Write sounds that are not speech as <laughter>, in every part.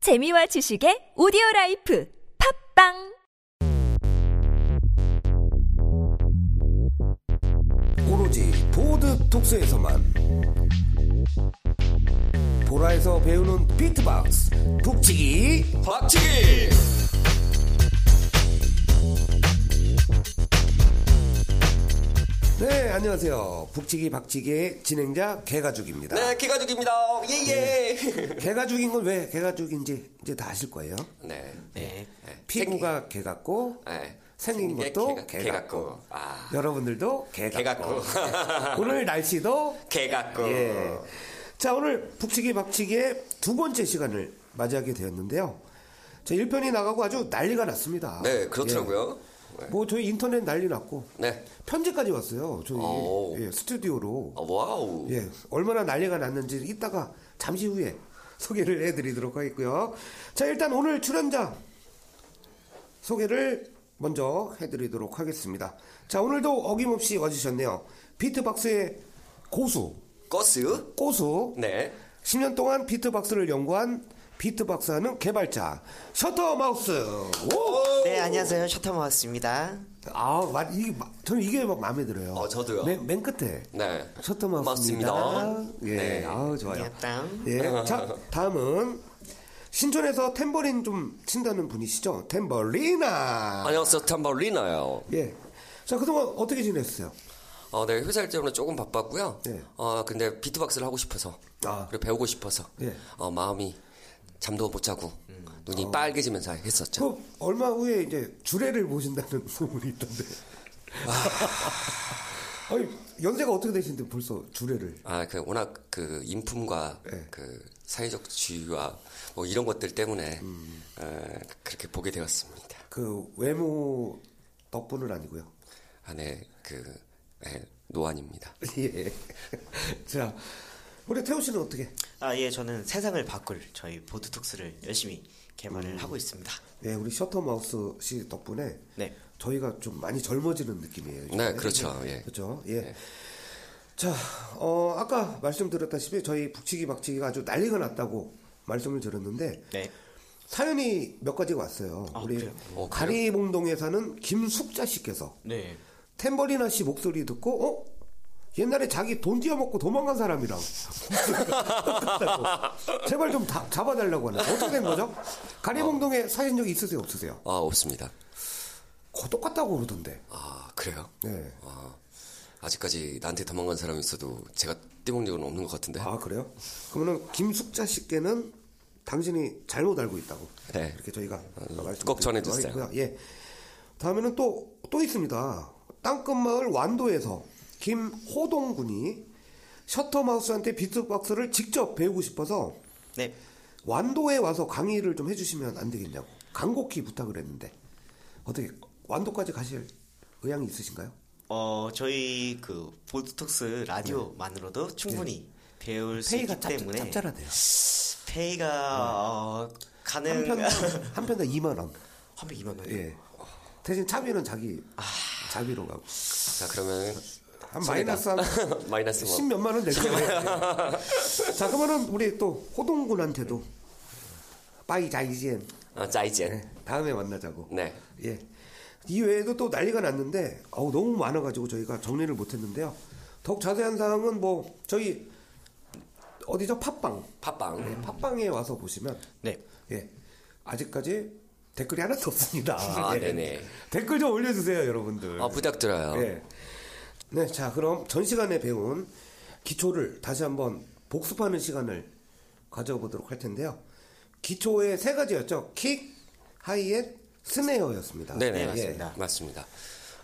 재미와 지식의 오디오 라이프 팝빵 오로지 보드 독서에서만 보라에서 배우는 비트박스 북치기 박치기 네 안녕하세요 북치기 박치기의 진행자 개가죽입니다 네, 기가죽입니다. 예예. 개가죽인 건 왜 개가죽인지 이제 다 아실 거예요 <laughs> 네. 네. 피부가 개 같고 네. 생긴 생긴 게 것도 개가- 개 개 같고 같고. 아. 여러분들도 개 개 같고 같고. <laughs> 오늘 날씨도 개 같고. 예. 자, 오늘 북치기 박치기의 두 번째 시간을 맞이하게 되었는데요. 자, 1편이 나가고 아주 난리가 났습니다. 네, 그렇더라고요. 예. 뭐 저희 인터넷 난리 났고 네. 편지까지 왔어요. 저희 오. 예, 스튜디오로. 어, 와우. 예, 얼마나 난리가 났는지 이따가 잠시 후에 소개를 해드리도록 하겠고요. 자, 일단 오늘 출연자 소개를 먼저 해드리도록 하겠습니다. 자, 오늘도 어김없이 와주셨네요. 비트박스의 고수, 거스. 고수, 네. 10년 동안 비트박스를 연구한 비트박스하는 개발자 셔터 마우스. 오! 네 안녕하세요 셔터마우스입니다. 아, 마- 이게 마- 저는 이게 막 마음에 들어요. 어, 저도요. 맨, 맨 끝에. 네. 셔터 마우스입니다. 맞습니다. 예, 네. 아우 좋아요. 안녕. 예, 자 다음은 신촌에서 탬버린 좀 친다는 분이시죠? 탬버리나. 안녕하세요, 탐바리나요. 예. 자 그동안 어떻게 지냈어요? 어, 네, 회사 일 때문에 조금 바빴고요. 네. 어, 근데 비트박스를 하고 싶어서. 아. 그리고 배우고 싶어서. 예. 음. 어, 마음이 잠도 못 자고 어. 눈이 빨개지면서 했었죠. 저 뭐, 얼마 후에 이제 주례를 모신다는 <laughs> 소문이 있던데. 아. 아니 연세가 어떻게 되시는데 벌써 주례를? 아, 그 워낙 그 인품과 예. 그 사회적 지위와 뭐 이런 것들 때문에 음, 어, 그렇게 보게 되었습니다. 그 외모 덕분은 아니고요. <laughs> 안에 그 예, 노안입니다. 예. 자 우리 태호 씨는 어떻게? 아예 저는 세상을 바꿀 저희 보드톡스를 열심히 개발을 음. 하고 있습니다. 예, 우리 셔터 마우스 씨 덕분에 네. 저희가 좀 많이 젊어지는 느낌이에요. 네, 그렇죠. 예. 그렇죠. 예. 자, 어, 아까 말씀드렸다시피 저희 북치기 박치기가 아주 난리가 났다고 말씀을 드렸는데 네. 사연이 몇 가지가 왔어요. 우리 그래요? 어, 그래요? 가리봉동에 사는 김숙자 씨께서 네. 탬버리나 씨 목소리 듣고 어? 옛날에 자기 돈 뛰어먹고 도망간 사람이랑 똑같다고. 제발 좀 다- 잡아달라고 하는 어떻게 된 거죠? 가리봉동에 사신 적 있으세요 없으세요? 아 없습니다. 거 똑같다고 그러던데. 아 그래요? 네. 아 아직까지 나한테 도망간 사람이 있어도 제가 떼먹은 적은 없는 것 같은데. 아 그래요? 그러면은 김숙자 씨께는 당신이 잘못 알고 있다고. 네. 이렇게 저희가 말씀드리도록 꼭 전해주세요. 하겠고요. 예. 다음에는 또 또 있습니다. 땅끝마을 완도에서 김호동 군이 셔터마우스한테 비트박스를 직접 배우고 싶어서 네. 완도에 와서 강의를 좀 해주시면 안 되겠냐고 간곡히 부탁을 했는데 어떻게 완도까지 가실 의향이 있으신가요? 어 저희 그 보드톡스 라디오만으로도 충분히 배울 수 네. 있기 페이가 짭, 때문에 짭짤하대요. 페이가 어, 가능 한편 한 편당 2만 원. <laughs> 한편 2만 원. 예. 대신 차비는 자기 자비로 가고 자 그러면 한 마이너스 한 마이너스 <laughs> 뭐. 십몇만 원 <laughs> 내고 자 그러면은 우리 또 호동군한테도 빠이 자이젠 아 짜이젠. 예, 다음에 만나자고 네. 예. 이 외에도 또 난리가 났는데 어우 너무 많아가지고 저희가 정리를 못했는데요 더욱 자세한 사항은 뭐 저희 어디죠 팟빵 팟빵. 예, 팟빵에 와서 보시면 네. 예. 아직까지 댓글이 하나도 없습니다. 아, 예. 네네. 댓글 좀 올려주세요, 여러분들. 아 부탁드려요. 예. 네, 자, 그럼 전 시간에 배운 기초를 다시 한번 복습하는 시간을 가져보도록 할 텐데요. 기초의 세 가지였죠. 킥, 하이햇, 스네어였습니다. 예. 네. 네네 예, 네, 맞습니다. 맞습니다. 맞습니다.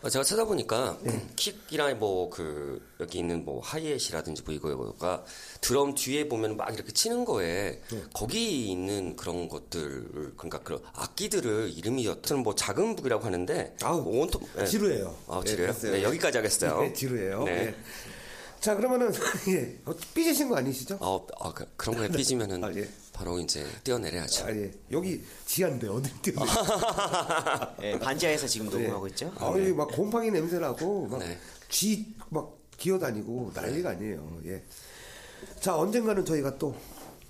어, 제가 찾아보니까 킥이랑 뭐 그 여기 있는 뭐 하이햇이라든지 뭐 이거가 드럼 뒤에 보면 막 이렇게 치는 거에 네. 거기 있는 그런 것들 그러니까 그런 악기들을 이름이 여튼 뭐 작은 북이라고 하는데 아우, 뭐 온통 예. 지루해요. 아 예, 지루해요? 됐어요. 네, 여기까지 하겠어요. 네, 지루해요. 네. 예. 자, 그러면은, <laughs> 예. 어, 삐지신 거 아니시죠? 아, 아, 그- 그런 거에 삐지면은 아, 예. 바로 이제 뛰어내려야죠. 아, 예. 여기 지한데, 어디 뛰어요? 예, 반지하에서 지금 녹음하고 네. 있죠. 아, 여기 막 곰팡이 냄새 나고 막 네. 쥐 막 기어다니고 난리가 아니에요. 예. 자 언젠가는 저희가 또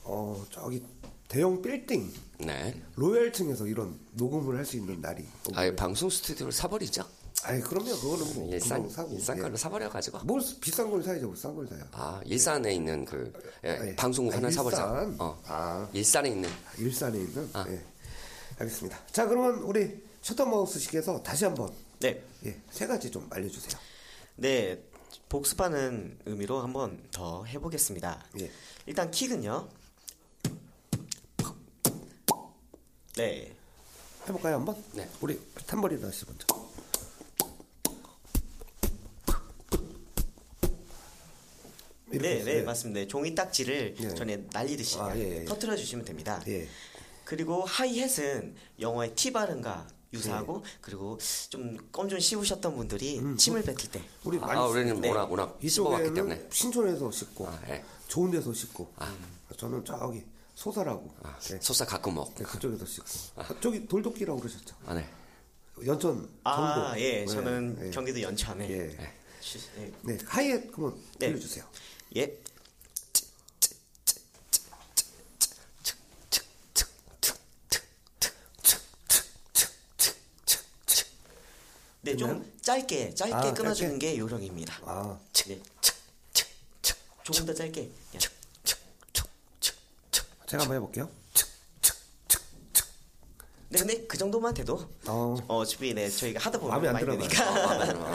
어, 저기 대형 빌딩 예. 네. 로얄층에서 이런 녹음을 할 수 있는 날이. 오고. 아예 방송 스튜디오를 사버리죠. 아니 그럼요 그거는 뭐 일산 구멍 사고. 일산 예, 걸로 사버려가지고. 뭘 수- 비싼 걸 사야죠 뭐. 싼 걸 사요. 아 일산에 있는 그 예, 아, 예. 방송국 아, 하나 사버리자. 일산? 어. 아. 아. 일산에 있는 일산에 있는. 예. 알겠습니다. 자 그러면 우리 셔터마우스식에서 다시 한번 네. 예, 세 가지 좀 알려주세요. 네, 복습하는 의미로 한번 더 해보겠습니다. 예. 일단 킥은요. 네, 해볼까요 한번? 네. 우리 탬버린 다시 먼저. 이렇게 네, 했어요. 네, 맞습니다. 네, 종이 딱지를 예. 전에 날리듯이 아, 예, 예. 터트려 주시면 됩니다. 네. 예. 그리고 하이햇은 영어의 티 발음과 유사하고 예. 그리고 좀 껌 좀 씹으셨던 분들이 음, 뭐 침을 뱉을 때 우리 많이 아 우리는 네. 워낙 워낙 씹어왔기 때문에. 이쪽에는 신촌에서 씻고 아, 예. 좋은 데서 씻고 저는 저기 소사라고 아, 네. 소사 가끔 먹. 네, 그쪽에서 씻고 저기 돌도끼라고 그러셨죠? 아, 네. 연천 아, 전곡. 예, 네, 저는 예. 경기도 연천에 예. 시- 예. 네 하이햇 그러면 네. 들려주세요. 예. 네, 좀 짧게 짧게 아, 끊어주는 게 요령입니다. 아 네. 조금 더 짧게. 제가 한번 해볼게요. 네, 근데 그 정도만 돼도 어. 어, 어차피 네 저희가 하다 보면 마음에 안 많이 들어가요. 되니까.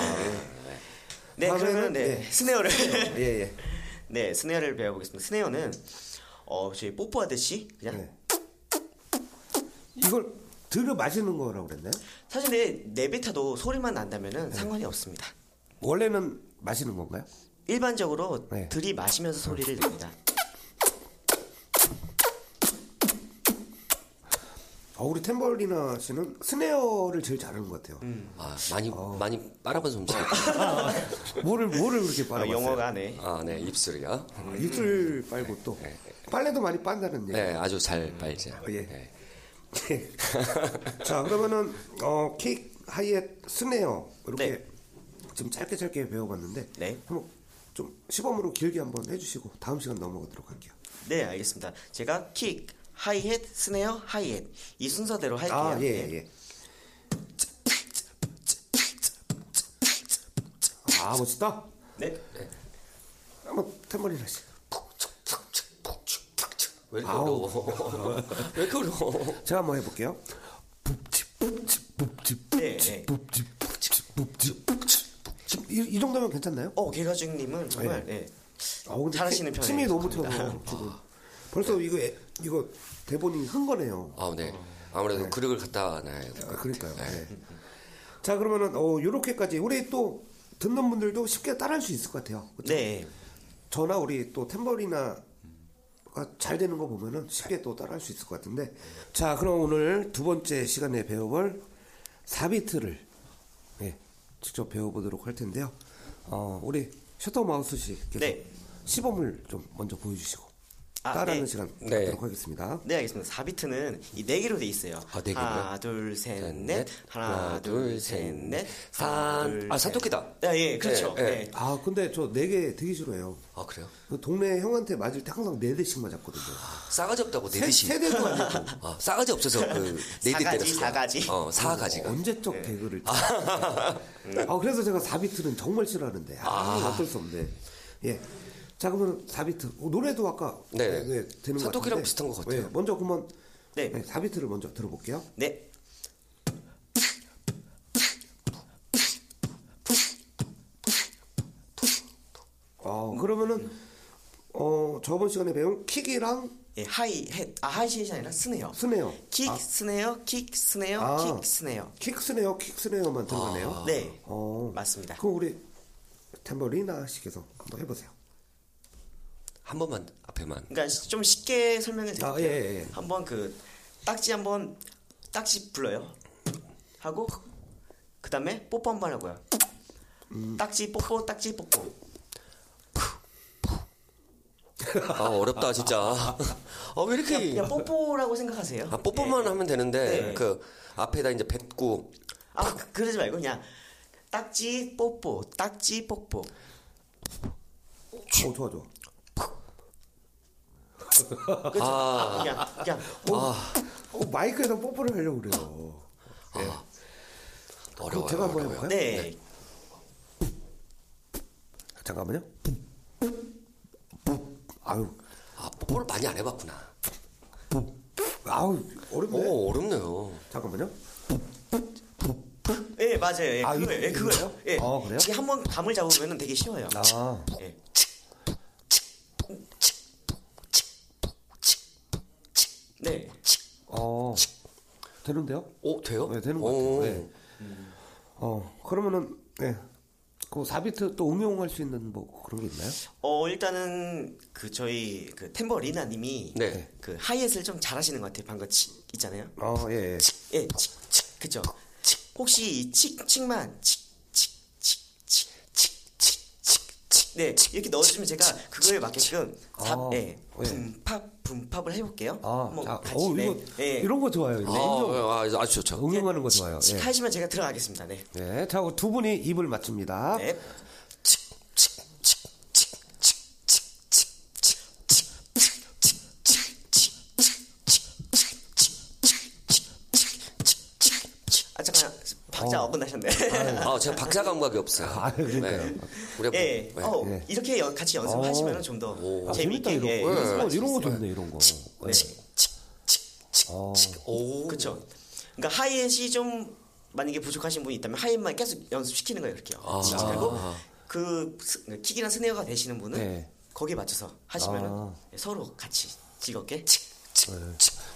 네, 다음에는, 그러면 네 예. 스네어를 <laughs> 예예. 네 스네어를 배워보겠습니다. 스네어는 어 저희 뽀뽀하듯이 그냥 네. 이걸 들여 마시는 거라고 그랬나요? 사실 내 내뱉어도 소리만 난다면은 네. 상관이 없습니다. 원래는 마시는 건가요? 일반적으로 네. 들이마시면서 소리를 냅니다. 아, 우리 탬버리나 씨는 스네어를 제일 잘하는 것 같아요. 음. 아 많이 많이 빨아본 솜씨. 뭐를 뭐를 그렇게 아, 빨아봤어요? 아, 영어가 네. 아, 네 입술이요. 입술 빨고 또 네. 빨래도 많이 빤다는 얘기. 네 아주 잘 빨죠. 예. 네. 자 그러면은 어, 킥, 하이햇, 스네어 이렇게 네. 지금 짧게 짧게 배워봤는데 네. 한번 좀 시범으로 길게 한번 해주시고 다음 시간 넘어가도록 할게요. 네, 알겠습니다. 제가 킥, 하이햇, 스네어, 하이햇 이 순서대로 할게요. 아 예 네. 예. 아 멋있다. 네. 한번 탬버리나 씨. 왜 이렇게 어려워? 왜 이렇게 어려워? 제가 한번 해볼게요. 네, 네. 지금 이, 이 정도면 괜찮나요? 어, 개가중님은 정말 네. 아, 근데 잘하시는 치- 편이에요. 침이 너무 튀어서 지금 벌써 이거 애- 이거 대본이 큰 거네요. 아, 네. 아무래도 그릇을 갖다 놔야 돼. 아, 그러니까요. 네. 자 그러면은 어, 요렇게까지 우리 또 듣는 분들도 쉽게 따라할 수 있을 것 같아요. 그쵸? 네. 저나 우리 또 탬버리나 잘 되는 거 보면은 쉽게 또 따라할 수 있을 것 같은데 자 그럼 오늘 두 번째 시간에 배워볼 4비트를 예, 직접 배워보도록 할 텐데요 어, 우리 셔터마우스 씨께서 네. 시범을 좀 먼저 보여주시고 아, 따라하는 네. 시간 네. 갖도록 하겠습니다 네, 알겠습니다. 4비트는 이 네 개로 돼 있어요. 아, 네 개로요? 하나, 둘, 셋, 넷. 하나, 둘, 셋, 넷. 하나, 산. 둘, 아, 셋. 산토끼다. 네, 예, 그렇죠. 예, 예. 네. 아 근데 저 네 개 되게 싫어해요 아, 그래요? 그 동네 형한테 맞을 때 항상 네 대씩 맞았거든요 싸가지 없다고 네 세- 대씩. 세 대도 <laughs> 아니고 아, 싸가지 없어서 그 네대 사가지, 때렸어. 사가지. 어, 사가지가. 네. 언제적 개그를 아. 아 그래서 제가 4비트는 정말 싫어하는데 아, 어쩔 수 없네 예자 그러면 4비트 어, 노래도 아까 네. 예, 되는 것 사토끼랑 같은데. 비슷한 것 같아요. 예, 먼저 그러면 네. 네, 4비트를 먼저 들어볼게요 네. 음. 어, 그러면은 어 저번 시간에 배운 킥이랑 예, 하이햇. 아, 하이햇이 아니라 스네어. 스네어 킥, 스네어, 킥, 스네어, 아. 킥, 스네어. 킥 스네어 킥 스네어만 들어가네요 아. 네. 어 맞습니다. 그럼 우리 탬버리나 씨께서 한번 해보세요 한 번만 앞에만. 그러니까 시- 좀 쉽게 설명해 드릴게요. 아, 예, 예, 예. 한번 그 딱지 한번 딱지 불러요. 하고 그 다음에 뽀뽀 한 번 하고요. 음. 딱지 뽀뽀 딱지 뽀뽀. 아, 어렵다, 진짜. 아, 왜 예. 이렇게. 그냥 뽀뽀라고 생각하세요. 아, 뽀뽀만 하면 되는데, 네. 그 앞에다 이제 뱉고, 아 그- 그러지 말고 그냥 딱지 뽀뽀 딱지 뽀뽀. 어 좋아 좋아 아, 그냥 그냥 어, 마이크에서 뽀뽀를 하려고 그래요. 어려워요. 뭐 제가 한번 어려워요. 해볼까요? 네. 잠깐만요. 아유, 아, 뽀뽀를 많이 안 해봤구나. 아우 어렵네. 오, 어렵네요. 잠깐만요. 예, 맞아요. 예, 아, 그거, 이거- 예, 그거요. 예. 아, 그래요? 지금 한번 감을 잡으면 되게 쉬워요. 아, 예. 네. 어, 되는데요? 오, 어, 돼요? 네, 되는 것 오. 같아요. 네. 어, 그러면은 예. 그 4비트 또 응용할 수 있는 뭐 그런 게 있나요? 어, 일단은 그 저희 그 템버리나 님이 네. 그 하이햇을 좀 잘하시는 것 같아요. 방금 치 있잖아요. 어, 예. 예. 예. 칙, 칙. 그죠? 칙. 혹시 이 칙, 칙만 칙, 칙, 칙, 칙, 칙, 칙, 칙, 칙. 네. 이렇게 넣어 주면 제가 그거에 맞게끔 사, 아, 예. 예. 분팝 분팝을 해 볼게요. 아, 한번 자, 같이. 어, 네. 이거 예. 이런 거 좋아요. 이거. 아, 응용, 아, 아, 아주 좋죠. 응용하는 거 좋아요. 칙 예. 하시면 제가 들어가겠습니다. 네. 네, 자, 두 분이 입을 맞춥니다. 네. 아 잠깐 박자 어긋나셨네. 아, 제가 박자 감각이 없어요. 아, 그러니까요. 우리가 뭐- <laughs> 예, 네. 어, 예. 이렇게 연- 같이 연습하시면 좀 더 아, 재밌다 재미있게 이런 거. 예, 이런 거, 연습할 수 이런 거 있어요. 좋네 이런 거. 예. 어. 오, 그렇죠. 그러니까 하이햇이 좀 만약에 부족하신 분이 있다면 하이햇만 계속 연습시키는 거예요, 이렇게요. 아. 칙 그리고 그 스- 킥이랑 스네어가 되시는 분은 네. 거기에 맞춰서 하시면은 네, 아. 서로 같이 즐겁게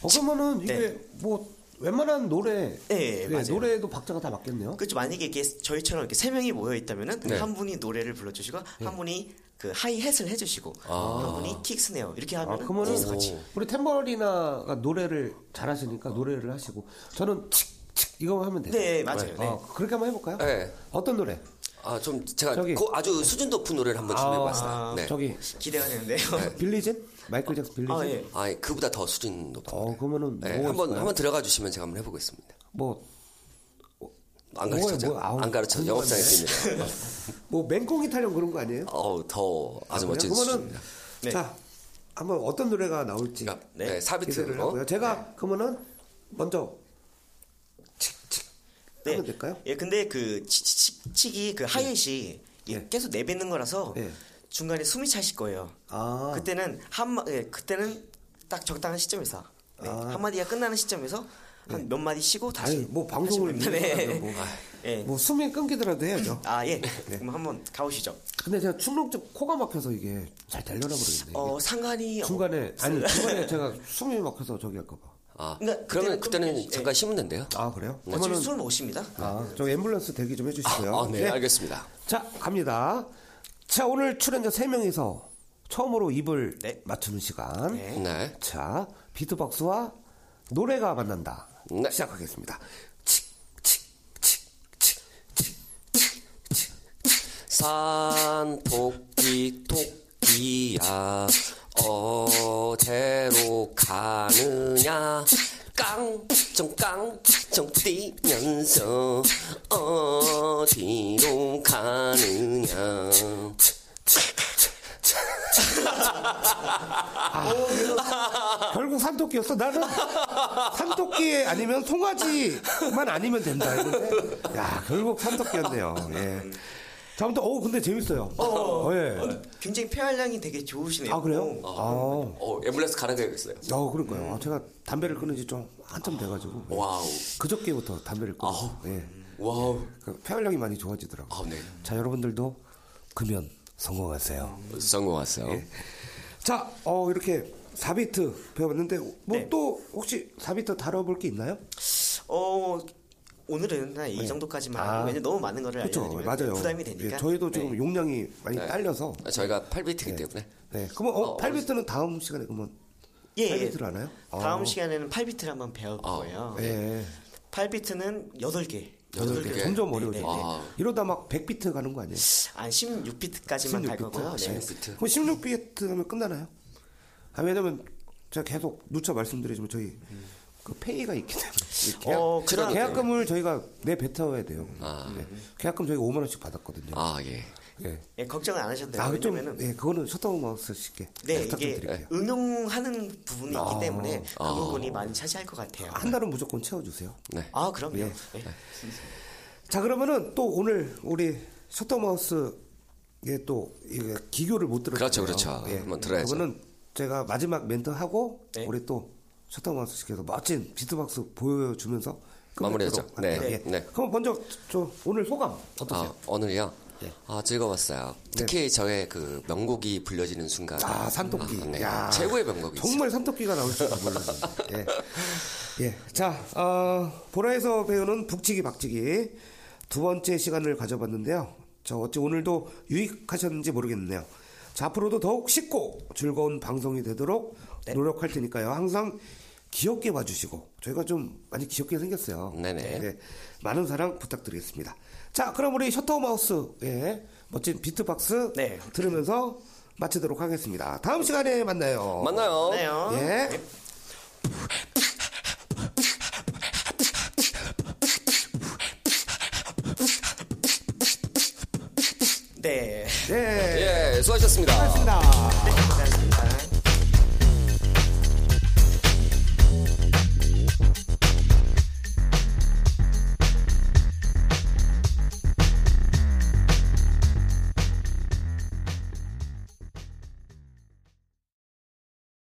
어, 그러면은 이게 뭐 웬만한 노래, 예, 맞아요. 노래도 박자가 다 맞겠네요. 그렇죠. 만약에 이게 저희처럼 이렇게 세 명이 모여 있다면은 네. 한 분이 노래를 불러주시고 한 분이 그 하이햇을 해주시고 한 분이 킥 스네어 이렇게 아, 하면은 그러면은 계속 같이 우리 템버리나가 노래를 잘하시니까 노래를 하시고 저는 칙, 칙 이거 하면 돼요. 네, 맞아요. 네. 어, 그렇게 한번 해볼까요? 네. 어떤 노래? 아, 좀 제가 저기- 아, 그 아주 수준 높은 노래를 한번 준비해봤어요. 네. 저기 기대가 되는데요. 네. 빌리진? 마이클 잭슨 빌리진? <laughs> 아 예. 아, 그보다 더 수준 높은. 어, 그러면은 네, 뭐가 한번 있을까요? 한번 들어가 주시면 제가 한번 해보겠습니다. 뭐, 안 뭐야, 가르쳐죠? 뭐야, 아우, 안 가르쳐. 영업상의 힘입니다. 뭐 맹꽁이 타령 그런 거 아니에요? 어우, 더 아주 그래요? 멋진 그러면은 수준입니다. 네. 자 한번 어떤 노래가 나올지 그러니까 네, 사비트 기대를 그거. 하고요. 제가 그러면은 먼저 칙칙 하면 될까요? 네. 예, 근데 그 치- 치- 치- 치기 그 하이햇이 이- 예. 계속 내뱉는 거라서 예. 중간에 숨이 차실 거예요. 아. 그때는 한 마- 예, 그때는 딱 적당한 시점에서 네, 한 마디가 끝나는 시점에서 한 몇 마디 쉬고 다시 아. 네. 아니 뭐 방송을 하시면 됩니다. 위해서 네. 뭐, <laughs> 네. 예. 뭐 숨이 끊기더라도 해야죠. 아 예. 그럼 한번 가보시죠. 근데 제가 충농증 코가 막혀서 이게 잘 되려나 모르겠네. 이게. 어 상관이 중간에 <laughs> 아니 중간에 제가 숨이 막혀서 저기 할까봐. 아, 그러니까 그러면 그때는 그때는 끊- 잠깐 쉬면 된대요. 아 그래요? 어, 지금 그러면은 술 먹으십니다. 아저 앰뷸런스 대기 좀 해주시고요. 예. 아, 네, 알겠습니다. 자 갑니다. 자 오늘 출연자 세 명이서 처음으로 입을 네. 맞추는 시간. 네. 네. 자, 비트박스와 노래가 만난다. 네. 시작하겠습니다. 산 토끼 토끼야 어디로 가느냐 깡총 깡총 뛰면서 어디로 가느냐 결국 산토끼였어. 나는 산토끼 아니면 송아지만 아니면 된다. 이건데. 야, 결국 산토끼였네요. 예. 자, 아무튼, 어 근데 재밌어요. 어, 예. 굉장히 폐활량이 되게 좋으시네요. 아, 그래요? 어. 아, 어 앰뷸런스 가는 거 있어요 어, 그럴까요. 아, 제가 담배를 끊은 지 좀 한참 돼가지고. 예. 와우 그저께부터 담배를 끊고. 예. 와우 그 폐활량이 많이 좋아지더라고요. 아, 네. 자, 여러분들도 금연 성공하세요. 성공했어요 예. 자, 어, 이렇게 4비트 배워봤는데, 뭐 네. 또 혹시 4비트 다뤄볼 게 있나요? 어, 오늘은 한이 정도까지만 아. 하고 왜냐 너무 많은 거를 그렇죠. 알려드리면 맞아요. 부담이 되니까. 네. 예, 저희도 지금 용량이 많이 딸려서. 아, 저희가 8비트이기 때문에 네. 그러면 어, 8비트는 다음 시간에 그러면 예, 예. 8비트를 하나요? 어. 다음 아, 시간에는 네. 8비트를 한번 배울 아, 거예요. 예. 8비트는 8개. 네. 여덟 이게 개. 점점 네, 어려워지네. 네, 네. 아. 이러다 막 100비트 가는 거 아니에요? 아, 16비트까지만 갈 16비트. 아, 예. 거고요. 네. 그럼 16비트 하면 끝나나요? 아, 왜냐면 제가 계속 누차 말씀드리지만 저희 그 페이가 있기 때문에. 이렇게 어, 그럼 아. 네. 계약금을 저희가 내뱉어야 돼요. 네. 계약금 저희가 5만 원씩 받았거든요. 아, 아예 예. 예, 걱정은 안 하셔도 돼요. 아, 좀, 왜냐면은 예, 그거는 셧다운 마우스 쉽게 네, 부탁 좀 이게 드릴게요. 응용하는 부분이 있기 때문에 그 아. 부분이 많이 차지할 것 같아요. 한 달은 무조건 채워주세요. 네. 아, 그럼요. 네. 자, 그러면은 또 오늘 우리 셧다운 마우스 이게 또 이게 기교를 못 들었어요. 그렇죠, 그렇죠. 한번 들어야죠. 그거는 제가 마지막 멘트 하고 네. 우리 또 셧다운 마우스 시켜서 멋진 비트박스 보여주면서 마무리하죠. 끝내도록 할게요. 네, 예. 네. 그럼 먼저 저 오늘 소감 어떠세요? 예. 네. 아, 오늘요? 아, 즐거웠어요. 특히 저의 그 명곡이 불려지는 순간. 아, 산토끼. 아, 네. 야. 최고의 명곡이죠. 정말 산토끼가 나올 줄은 몰랐는데. 예. 예. 자, 어, 보라에서 배우는 북치기 박치기 두 번째 시간을 가져봤는데요. 저 어찌 오늘도 유익하셨는지 모르겠네요. 자, 앞으로도 더욱 쉽고 즐거운 방송이 되도록 네. 노력할 테니까요. 항상 귀엽게 봐주시고 저희가 좀 많이 귀엽게 생겼어요. 네네. 예. 많은 사랑 부탁드리겠습니다. 자, 그럼 우리 셔터 마우스의 예, 멋진 비트박스 네. 들으면서 마치도록 하겠습니다. 다음 시간에 만나요. 만나요. 네요. 예. 네. 네. 예, 수고하셨습니다. 고맙습니다. 네. 예, 감사합니다.